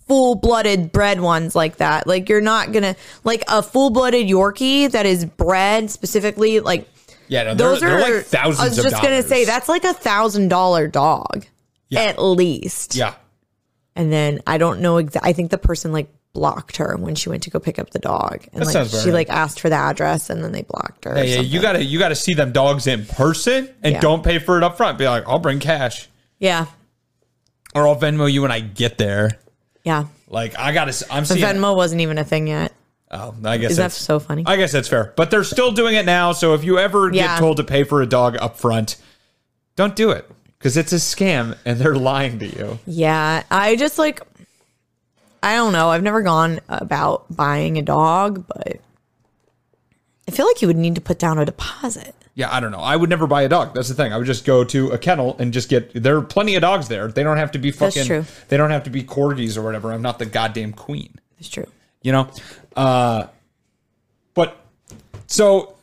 [SPEAKER 2] full-blooded bred ones like that like you're not gonna like a full-blooded yorkie that is bred specifically like
[SPEAKER 1] yeah, no,
[SPEAKER 2] those
[SPEAKER 1] they're,
[SPEAKER 2] are
[SPEAKER 1] they're like thousands
[SPEAKER 2] i was
[SPEAKER 1] of
[SPEAKER 2] just gonna
[SPEAKER 1] dollars.
[SPEAKER 2] say that's like a thousand dollar dog
[SPEAKER 1] Yeah.
[SPEAKER 2] at least
[SPEAKER 1] Yeah.
[SPEAKER 2] and then I don't know exactly. I think the person like blocked her when she went to go pick up the dog, and
[SPEAKER 1] That
[SPEAKER 2] like
[SPEAKER 1] sounds
[SPEAKER 2] she
[SPEAKER 1] about right.
[SPEAKER 2] like asked for the address, and then they blocked her. or
[SPEAKER 1] Yeah, yeah, you
[SPEAKER 2] something.
[SPEAKER 1] gotta you gotta see them dogs in person and
[SPEAKER 2] Yeah.
[SPEAKER 1] don't pay for it up front. Be like, I'll bring cash.
[SPEAKER 2] yeah,
[SPEAKER 1] Or I'll Venmo you when I get there.
[SPEAKER 2] yeah.
[SPEAKER 1] Like I gotta s- I'm
[SPEAKER 2] But
[SPEAKER 1] seeing
[SPEAKER 2] Venmo wasn't even a thing yet.
[SPEAKER 1] Oh, I guess
[SPEAKER 2] Is that
[SPEAKER 1] that's-
[SPEAKER 2] so funny?
[SPEAKER 1] I guess that's fair. But they're still doing it now. So if you ever
[SPEAKER 2] Yeah.
[SPEAKER 1] get told to pay for a dog up front, don't do it because it's a scam and they're lying to you.
[SPEAKER 2] Yeah, I just like I don't know. I've never gone about buying a dog, but I feel like you would need to put down a deposit.
[SPEAKER 1] Yeah, I don't know. I would never buy a dog. That's the thing. I would just go to a kennel and just get. There are plenty of dogs there. They don't have to be
[SPEAKER 2] That's
[SPEAKER 1] fucking.
[SPEAKER 2] true.
[SPEAKER 1] They don't have to be corgis or whatever. I'm not the goddamn queen.
[SPEAKER 2] It's true.
[SPEAKER 1] you know uh but so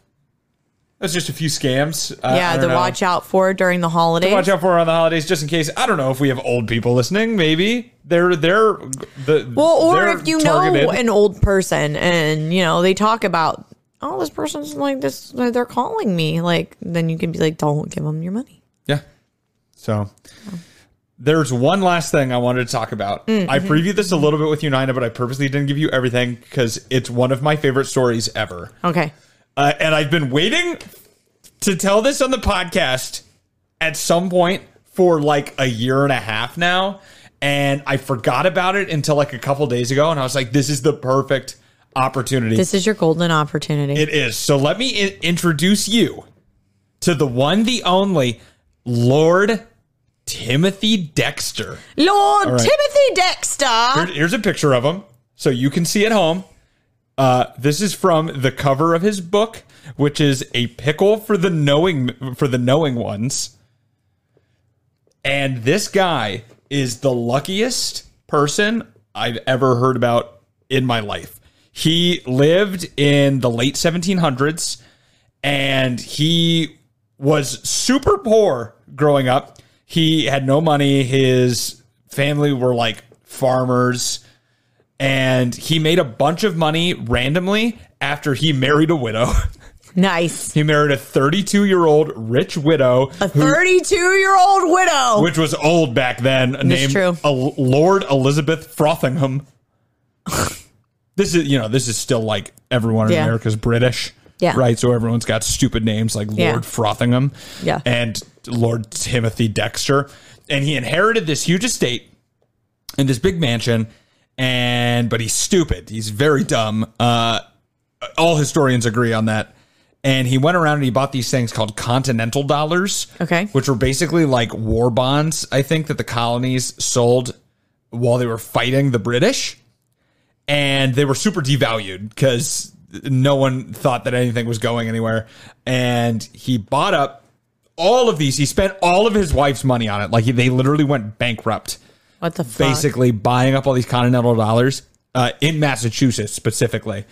[SPEAKER 1] that's just a few scams I- I
[SPEAKER 2] yeah,
[SPEAKER 1] don't
[SPEAKER 2] the
[SPEAKER 1] know.
[SPEAKER 2] watch out for during the holidays.
[SPEAKER 1] watch out for on the holidays just in case i don't know if we have old people listening maybe they're they're the
[SPEAKER 2] Well, or
[SPEAKER 1] they're
[SPEAKER 2] if you know
[SPEAKER 1] targeted.
[SPEAKER 2] an old person and you know they talk about, oh, this person's like this, they're calling me. Like then you can be like, don't give them your money.
[SPEAKER 1] yeah so there's one last thing I wanted to talk about.
[SPEAKER 2] Mm-hmm.
[SPEAKER 1] I previewed this a little bit with you, Nina, but I purposely didn't give you everything because it's one of my favorite stories ever.
[SPEAKER 2] Okay.
[SPEAKER 1] Uh, and I've been waiting to tell this on the podcast at some point for like a year and a half now. And I forgot about it until like a couple days ago. And I was like, this is the perfect opportunity.
[SPEAKER 2] This is your golden opportunity.
[SPEAKER 1] it is. So let me I- introduce you to the one, the only Lord Timothy Dexter.
[SPEAKER 2] Lord
[SPEAKER 1] right.
[SPEAKER 2] Timothy Dexter.
[SPEAKER 1] Here- here's a picture of him so you can see at home. Uh, this is from the cover of his book, which is a pickle for the knowing for the knowing ones. And this guy is the luckiest person I've ever heard about in my life. He lived in the late 1700s and he was super poor growing up. He had no money. His family were like farmers, and he made a bunch of money randomly after he married a widow.
[SPEAKER 2] Nice.
[SPEAKER 1] he married a 32 year old rich widow,
[SPEAKER 2] A 32 year old widow.
[SPEAKER 1] which was old back then, named
[SPEAKER 2] true.
[SPEAKER 1] El- Lord Elizabeth Frothingham. this is, you know, this is still like everyone in
[SPEAKER 2] Yeah.
[SPEAKER 1] America's British.
[SPEAKER 2] Yeah.
[SPEAKER 1] Right. So everyone's got stupid names like Lord
[SPEAKER 2] Yeah.
[SPEAKER 1] Frothingham
[SPEAKER 2] Yeah.
[SPEAKER 1] and Lord Timothy Dexter. And he inherited this huge estate and this big mansion. And, but he's stupid. He's very dumb. Uh, all historians agree on that. And he went around and he bought these things called continental dollars.
[SPEAKER 2] Okay.
[SPEAKER 1] Which were basically like war bonds, I think, that the colonies sold while they were fighting the British. And they were super devalued because no one thought that anything was going anywhere. And he bought up all of these. He spent all of his wife's money on it. Like they literally went bankrupt
[SPEAKER 2] what the fuck?
[SPEAKER 1] basically buying up all these continental dollars uh, in Massachusetts specifically.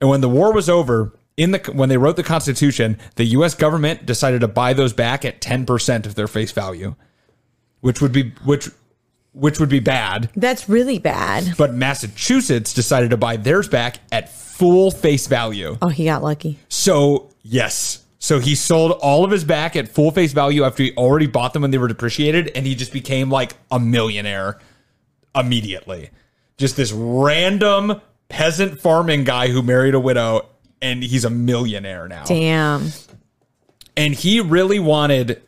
[SPEAKER 1] And when the war was over, in the when they wrote the Constitution, the U.S. government decided to buy those back at ten percent of their face value, which would be which which would be bad.
[SPEAKER 2] That's really bad.
[SPEAKER 1] But Massachusetts decided to buy theirs back at full face value.
[SPEAKER 2] Oh, he got lucky.
[SPEAKER 1] So yes. So he sold all of his back at full face value after he already bought them when they were depreciated, and he just became like a millionaire immediately. Just this random peasant farming guy who married a widow, and he's a millionaire now.
[SPEAKER 2] Damn.
[SPEAKER 1] And he really wanted,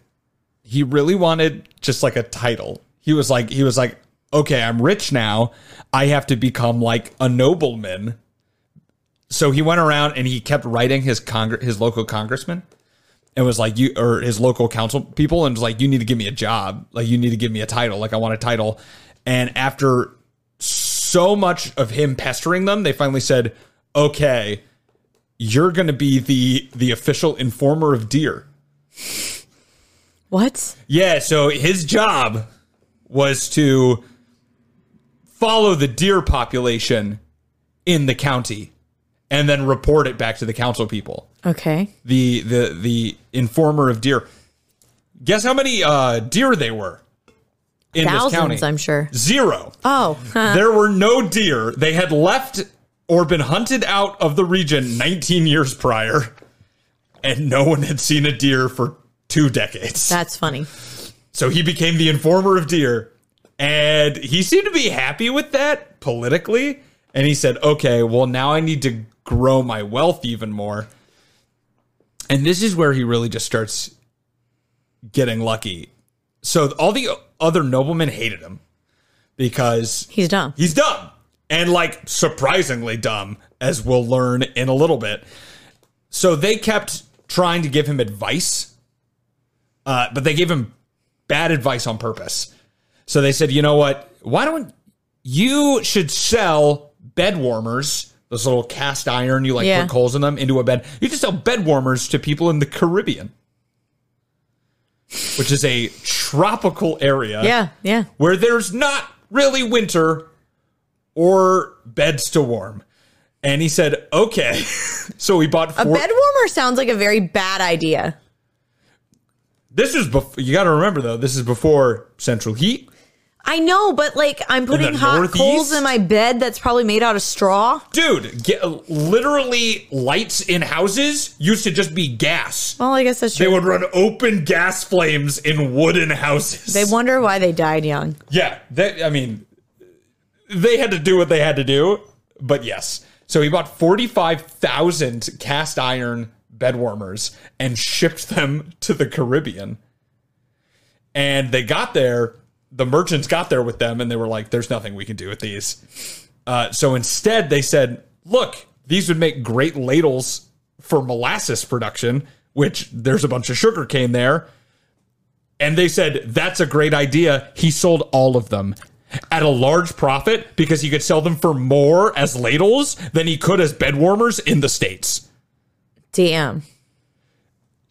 [SPEAKER 1] he really wanted just like a title. He was like, he was like, okay, I'm rich now. I have to become like a nobleman. So he went around and he kept writing his congr- his local congressman and was like, you or his local council people, and was like, you need to give me a job. Like, you need to give me a title. Like, I want a title. And after so much of him pestering them, they finally said, okay, you're going to be the the official informer of deer.
[SPEAKER 2] What?
[SPEAKER 1] Yeah, so his job was to follow the deer population in the county and then report it back to the council people.
[SPEAKER 2] Okay.
[SPEAKER 1] The the the informer of deer. Guess how many uh deer they were in this county?
[SPEAKER 2] Thousands, I'm sure.
[SPEAKER 1] Zero.
[SPEAKER 2] Oh, huh.
[SPEAKER 1] There were no deer. They had left or been hunted out of the region 19 years prior, and no one had seen a deer for two decades.
[SPEAKER 2] that's funny.
[SPEAKER 1] So he became the informer of deer, and he seemed to be happy with that politically. And he said, "Okay, well now I need to grow my wealth even more." And this is where he really just starts getting lucky. So all the other noblemen hated him because
[SPEAKER 2] He's dumb.
[SPEAKER 1] He's dumb. And like surprisingly dumb, as we'll learn in a little bit. So they kept trying to give him advice, uh, but they gave him bad advice on purpose. So they said, you know what? Why don't you should sell bed warmers, those little cast iron, you like
[SPEAKER 2] Yeah.
[SPEAKER 1] put coals in them into a bed. You should sell bed warmers to people in the Caribbean, which is a tropical area
[SPEAKER 2] Yeah, yeah.
[SPEAKER 1] where there's not really winter or beds to warm. And he said, okay. so he bought
[SPEAKER 2] A
[SPEAKER 1] four.
[SPEAKER 2] bed warmer sounds like a very bad idea.
[SPEAKER 1] this is before, you got to remember though, this is before central heat.
[SPEAKER 2] I know, but like I'm putting hot
[SPEAKER 1] Northeast?
[SPEAKER 2] coals in my bed that's probably made out of straw.
[SPEAKER 1] Dude, get, literally lights in houses used to just be gas.
[SPEAKER 2] Well, I guess that's
[SPEAKER 1] They
[SPEAKER 2] true.
[SPEAKER 1] would run open gas flames in wooden houses.
[SPEAKER 2] They wonder why they died young.
[SPEAKER 1] Yeah, they, I mean, they had to do what they had to do, but yes. So he bought 45,000 cast iron bed warmers and shipped them to the Caribbean. And they got there, the merchants got there with them, and they were like, there's nothing we can do with these. Uh, so instead, they said, look, these would make great ladles for molasses production, which there's a bunch of sugar cane there. And they said, that's a great idea. He sold all of them at a large profit because he could sell them for more as ladles than he could as bed warmers in the States.
[SPEAKER 2] Damn.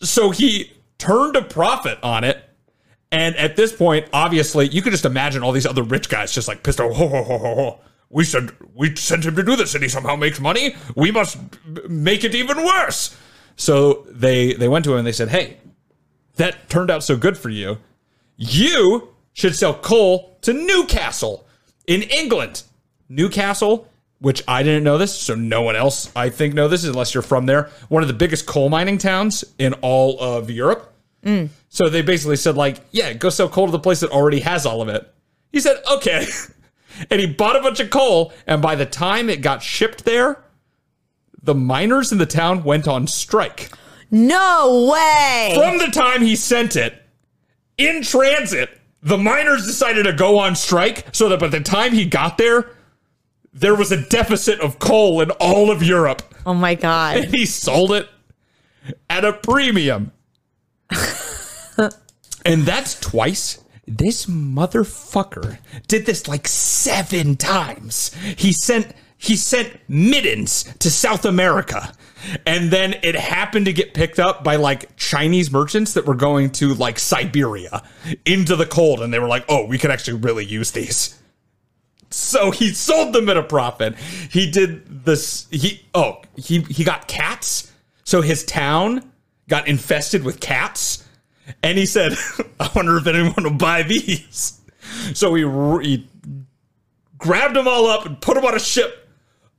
[SPEAKER 1] So he turned a profit on it. And at this point, obviously, you could just imagine all these other rich guys just like pissed off. Ho, ho, ho, ho, ho. We said we sent him to do this, and he somehow makes money. We must b- make it even worse. So they they went to him and they said, "Hey, that turned out so good for you. You should sell coal to Newcastle in England. Newcastle, which I didn't know this, so no one else I think know this unless you're from there. One of the biggest coal mining towns in all of Europe. So they basically said like, yeah, go sell coal to the place that already has all of it. He said, "Okay." and he bought a bunch of coal and by the time it got shipped there, the miners in the town went on strike
[SPEAKER 2] No way.
[SPEAKER 1] from the time he sent it in transit the miners decided to go on strike so that by the time he got there there was a deficit of coal in all of europe
[SPEAKER 2] oh my god.
[SPEAKER 1] he sold it at a premium and that's twice this motherfucker did this like seven times he sent he sent middens to south america and then it happened to get picked up by like chinese merchants that were going to like siberia into the cold and they were like oh we could actually really use these so he sold them at a profit. He did this. He oh he he got cats. So his town got infested with cats, and he said, "I wonder if anyone will buy these." So he, r- he grabbed them all up and put them on a ship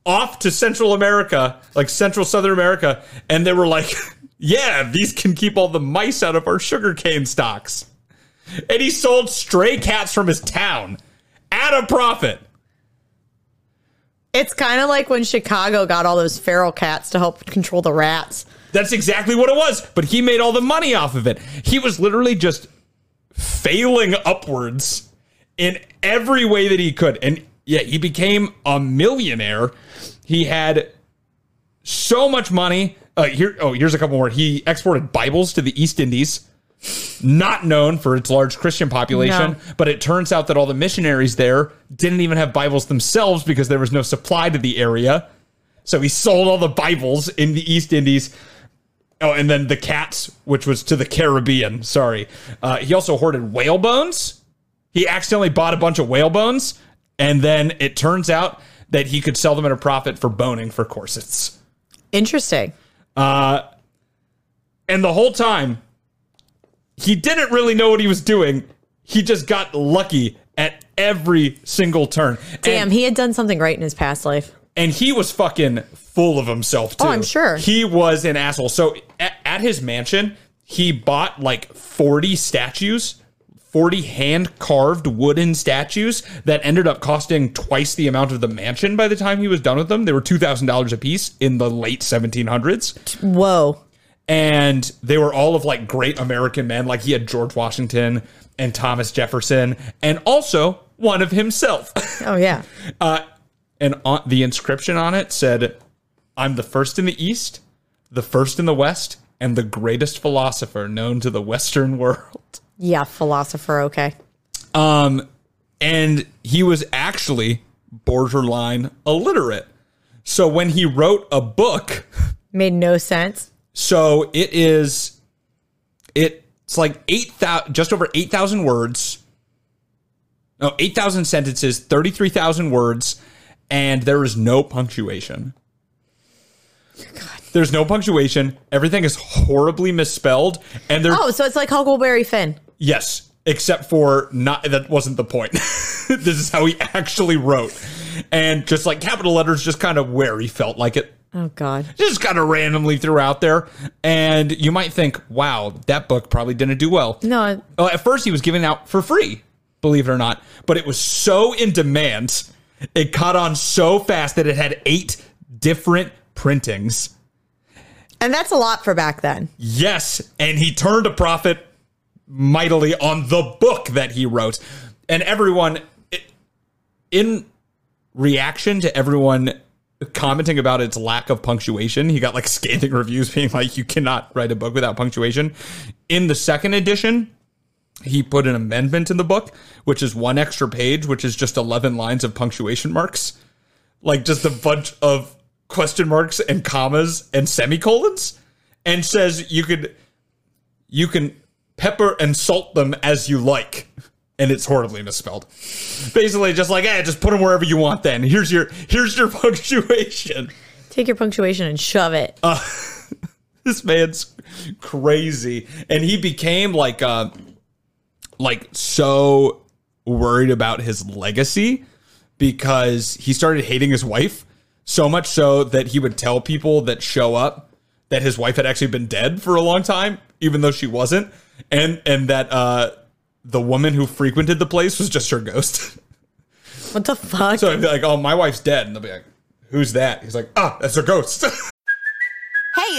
[SPEAKER 1] off to Central America, like Central Southern America, and they were like, "Yeah, these can keep all the mice out of our sugarcane stocks." And he sold stray cats from his town at a profit.
[SPEAKER 2] It's kind of like when Chicago got all those feral cats to help control the rats.
[SPEAKER 1] That's exactly what it was. But he made all the money off of it. He was literally just failing upwards in every way that he could. And yeah, he became a millionaire. He had so much money. Uh, here, oh, here's a couple more. He exported Bibles to the East Indies, not known for its large Christian population.
[SPEAKER 2] No.
[SPEAKER 1] But it turns out that all the missionaries there didn't even have Bibles themselves because there was no supply to the area. So he sold all the Bibles in the East Indies. Oh, and then the cats, which was to the Caribbean. Sorry. Uh, he also hoarded whale bones. He accidentally bought a bunch of whale bones, and then it turns out that he could sell them at a profit for boning for corsets.
[SPEAKER 2] Interesting.
[SPEAKER 1] And the whole time, he didn't really know what he was doing. He just got lucky at every single turn.
[SPEAKER 2] Damn,
[SPEAKER 1] And-
[SPEAKER 2] he had done something right in his past life.
[SPEAKER 1] and he was fucking full of himself too.
[SPEAKER 2] Oh, I'm sure.
[SPEAKER 1] he was an asshole. So at, at his mansion, he bought like 40 statues, 40 hand carved wooden statues that ended up costing twice the amount of the mansion by the time he was done with them. They were two thousand dollars a piece in the late 1700s
[SPEAKER 2] Whoa.
[SPEAKER 1] and they were all of like great American men. Like he had George Washington and Thomas Jefferson, and also one of himself.
[SPEAKER 2] Oh yeah.
[SPEAKER 1] Uh, and on, the inscription on it said, "I'm the first in the East, the first in the West, and the greatest philosopher known to the Western world."
[SPEAKER 2] Yeah, philosopher, okay.
[SPEAKER 1] Um, and he was actually borderline illiterate. So when he wrote a book,
[SPEAKER 2] Made no sense.
[SPEAKER 1] So it is, it's like eight thousand, just over eight thousand words. No, eight thousand sentences, thirty-three thousand words, and there is no punctuation. There's no punctuation. Everything is horribly misspelled, and there,
[SPEAKER 2] Oh, so it's like Huckleberry Finn.
[SPEAKER 1] yes, except for not. That wasn't the point. this is how he actually wrote, and just like capital letters, just kind of where he felt like it
[SPEAKER 2] Oh god.
[SPEAKER 1] just kind of randomly threw out there. And you might think, wow, that book probably didn't do well.
[SPEAKER 2] No, it-
[SPEAKER 1] Uh, at first, he was giving it out for free, believe it or not. But it was so in demand, it caught on so fast that it had eight different printings.
[SPEAKER 2] And that's a lot for back then.
[SPEAKER 1] Yes. And he turned a profit mightily on the book that he wrote. And everyone, i- in reaction to everyone commenting about its lack of punctuation, he got like scathing reviews being like, you cannot write a book without punctuation. In the second edition, he put an amendment in the book, which is one extra page, which is just 11 lines of punctuation marks, like just a bunch of question marks and commas and semicolons, and says you could you can pepper and salt them as you like. And it's horribly misspelled. Basically, just like, eh, just put them wherever you want. Then here's your here's your punctuation.
[SPEAKER 2] Take your punctuation and shove it.
[SPEAKER 1] this man's crazy and he became like uh like so worried about his legacy because he started hating his wife so much so that he would tell people that show up that his wife had actually been dead for a long time even though she wasn't and and that uh the woman who frequented the place was just her ghost
[SPEAKER 2] what the fuck?
[SPEAKER 1] so i'd be like oh my wife's dead and they'll be like who's that he's like ah that's her ghost
[SPEAKER 3] Hey,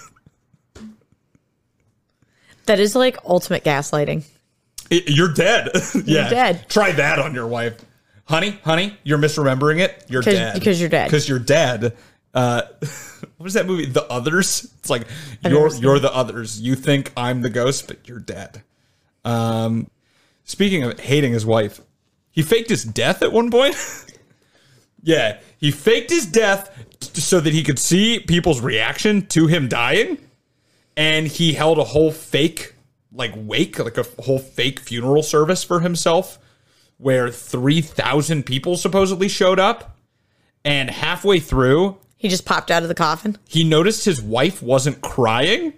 [SPEAKER 2] that is like ultimate gaslighting.
[SPEAKER 1] I- You're dead. yeah.
[SPEAKER 2] dead.
[SPEAKER 1] Try that on your wife. Honey, honey, you're misremembering it. You're
[SPEAKER 2] 'Cause-
[SPEAKER 1] dead.
[SPEAKER 2] because you're dead.
[SPEAKER 1] Because you're dead. Uh, what was that movie? The Others? It's like
[SPEAKER 2] never
[SPEAKER 1] you're
[SPEAKER 2] seen
[SPEAKER 1] you're the others. You think I'm the ghost, but you're dead. Um speaking of hating his wife, he faked his death at one point. yeah. He faked his death t- so that he could see people's reaction to him dying. and he held a whole fake like wake, like a whole fake funeral service for himself, where three thousand people supposedly showed up, and halfway through,
[SPEAKER 2] He just popped out of the coffin.
[SPEAKER 1] he noticed his wife wasn't crying,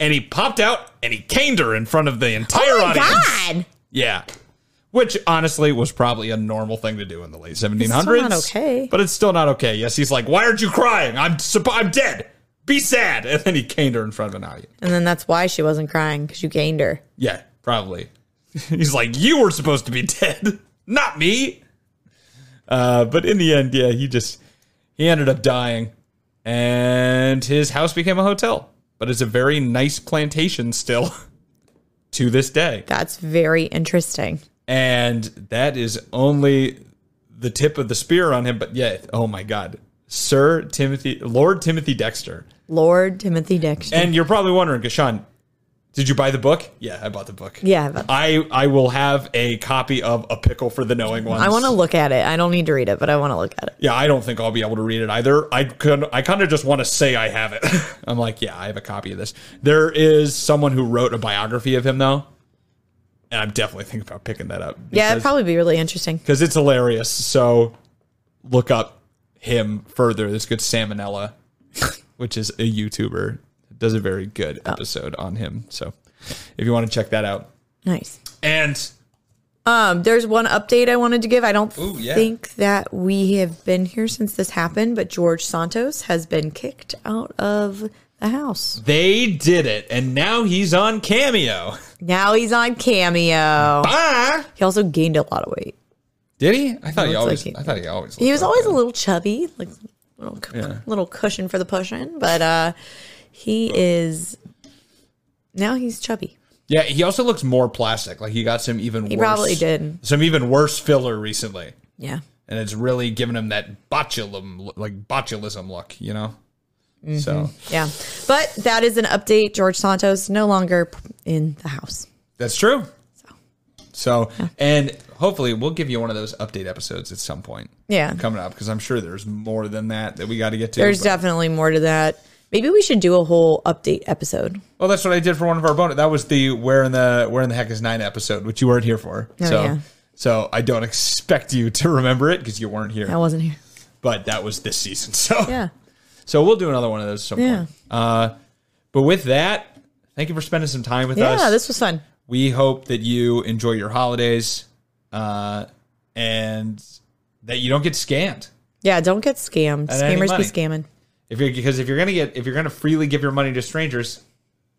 [SPEAKER 1] and he popped out and he caned her in front of the entire
[SPEAKER 2] Oh my
[SPEAKER 1] audience.
[SPEAKER 2] god!
[SPEAKER 1] Yeah. Which honestly was probably a normal thing to do in the late 1700s.
[SPEAKER 2] not okay.
[SPEAKER 1] But it's still not okay. Yes, he's like, "Why aren't you crying? I'm supp- I'm dead. Be sad." And then he caned her in front of an audience.
[SPEAKER 2] And then that's why she wasn't crying because you gained her.
[SPEAKER 1] Yeah, probably. he's like, "You were supposed to be dead, not me." Uh, but in the end, yeah, he just he ended up dying, and his house became a hotel. But it's a very nice plantation still to this day.
[SPEAKER 2] That's very interesting.
[SPEAKER 1] and that is only the tip of the spear on him. But yeah, oh my God, Sir Timothy, Lord Timothy Dexter.
[SPEAKER 2] Lord Timothy Dixon.
[SPEAKER 1] And you're probably wondering, Gashan, did you buy the book? Yeah, I bought the book.
[SPEAKER 2] Yeah, I bought the-
[SPEAKER 1] I I will have a copy of A Pickle for the Knowing Ones.
[SPEAKER 2] I want to look at it. I don't need to read it, but I want to look at it.
[SPEAKER 1] Yeah, I don't think I'll be able to read it either. I could I kind of just want to say I have it. I'm like, yeah, I have a copy of this. There is someone who wrote a biography of him though. And I'm definitely thinking about picking that up.
[SPEAKER 2] Yeah, it'd
[SPEAKER 1] because-
[SPEAKER 2] probably be really interesting.
[SPEAKER 1] because it's hilarious. So look up him further. This good Salmonella, which is a YouTuber, does a very good episode on him. So if you want to check that out,
[SPEAKER 2] Nice.
[SPEAKER 1] and
[SPEAKER 2] Um, there's one update I wanted to give. I don't
[SPEAKER 1] Ooh, yeah.
[SPEAKER 2] think that we have been here since this happened, but George Santos has been kicked out of the house.
[SPEAKER 1] they did it, and now he's on Cameo.
[SPEAKER 2] Now he's on Cameo.
[SPEAKER 1] Ah,
[SPEAKER 2] He also gained a lot of weight.
[SPEAKER 1] did he? I thought he
[SPEAKER 2] Looks
[SPEAKER 1] always.
[SPEAKER 2] like he-
[SPEAKER 1] I thought he always.
[SPEAKER 2] He
[SPEAKER 1] looked
[SPEAKER 2] was
[SPEAKER 1] like
[SPEAKER 2] always a
[SPEAKER 1] that.
[SPEAKER 2] little chubby, like little cu- little cushion for the pushing, but uh he is now he's chubby.
[SPEAKER 1] Yeah, he also looks more plastic. Like he got some even.
[SPEAKER 2] He
[SPEAKER 1] worse,
[SPEAKER 2] probably did.
[SPEAKER 1] some even worse filler recently,
[SPEAKER 2] Yeah.
[SPEAKER 1] and it's really giving him that botulism, like botulism look. You know. So
[SPEAKER 2] Yeah. But that is an update. George Santos no longer p- in the house.
[SPEAKER 1] That's true. So, and hopefully we'll give you one of those update episodes at some point
[SPEAKER 2] Yeah.
[SPEAKER 1] coming up because I'm sure there's more than that that we got to get to.
[SPEAKER 2] There's
[SPEAKER 1] but-
[SPEAKER 2] definitely more to that. Maybe we should do a whole update episode.
[SPEAKER 1] well, that's what I did for one of our bonus. That was the where in the where in the heck is nine episode, which you weren't here for.
[SPEAKER 2] Oh,
[SPEAKER 1] so,
[SPEAKER 2] yeah.
[SPEAKER 1] so I don't expect you to remember it because you weren't here.
[SPEAKER 2] I wasn't here.
[SPEAKER 1] But that was this season. So,
[SPEAKER 2] Yeah.
[SPEAKER 1] so we'll do another one of those at some
[SPEAKER 2] Yeah.
[SPEAKER 1] point. Uh, but with that, thank you for spending some time with us.
[SPEAKER 2] Yeah, this was fun.
[SPEAKER 1] we hope that you enjoy your holidays uh, and that you don't get scammed
[SPEAKER 2] Yeah, don't get scammed.
[SPEAKER 1] And any
[SPEAKER 2] Scammers
[SPEAKER 1] money.
[SPEAKER 2] be scamming.
[SPEAKER 1] if you're because if you're gonna get if you're gonna freely give your money to strangers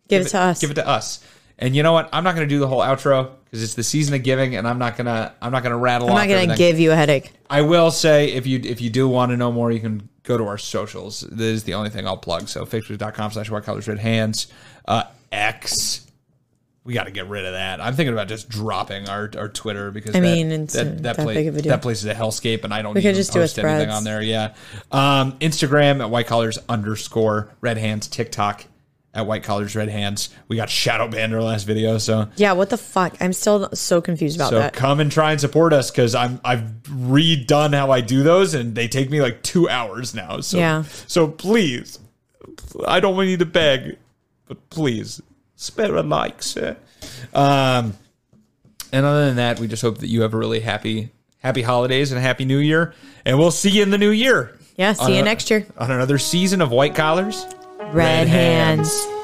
[SPEAKER 2] Give, it to us.
[SPEAKER 1] give it to us and you know what i'm not gonna do the whole outro because it's the season of giving and i'm not gonna i'm not gonna rattle
[SPEAKER 2] I'm
[SPEAKER 1] off
[SPEAKER 2] not going to
[SPEAKER 1] everything.
[SPEAKER 2] give you a headache.
[SPEAKER 1] i will say if you if you do want to know more you can go to our socials this is the only thing i'll plug so facebook.com slash white colors red hands uh x we got to get rid of that. I'm thinking about just dropping our, our Twitter because
[SPEAKER 2] I
[SPEAKER 1] that-
[SPEAKER 2] mean, it's
[SPEAKER 1] that, that,
[SPEAKER 2] that
[SPEAKER 1] place,
[SPEAKER 2] big of a deal.
[SPEAKER 1] that place is a hellscape, and I don't
[SPEAKER 2] We could
[SPEAKER 1] even
[SPEAKER 2] just do a
[SPEAKER 1] post anything
[SPEAKER 2] Threads.
[SPEAKER 1] on there. Yeah, um, Instagram at white collars underscore red hands, TikTok at white collars red hands. We got shadow banned our last video, so
[SPEAKER 2] Yeah, what the fuck? I'm still so confused about
[SPEAKER 1] so
[SPEAKER 2] that.
[SPEAKER 1] come and try and support us because I'm I've redone how I do those, and they take me like two hours now. So
[SPEAKER 2] Yeah.
[SPEAKER 1] so please, I don't want you to beg, but please spare a like, sir. Um, and other than that, we just hope that you have a really happy happy holidays and a happy new year, and we'll see you in the new year
[SPEAKER 2] yeah, see you
[SPEAKER 1] Uh,
[SPEAKER 2] next year.
[SPEAKER 1] on another season of White Collars.
[SPEAKER 2] Red hands.
[SPEAKER 1] hands.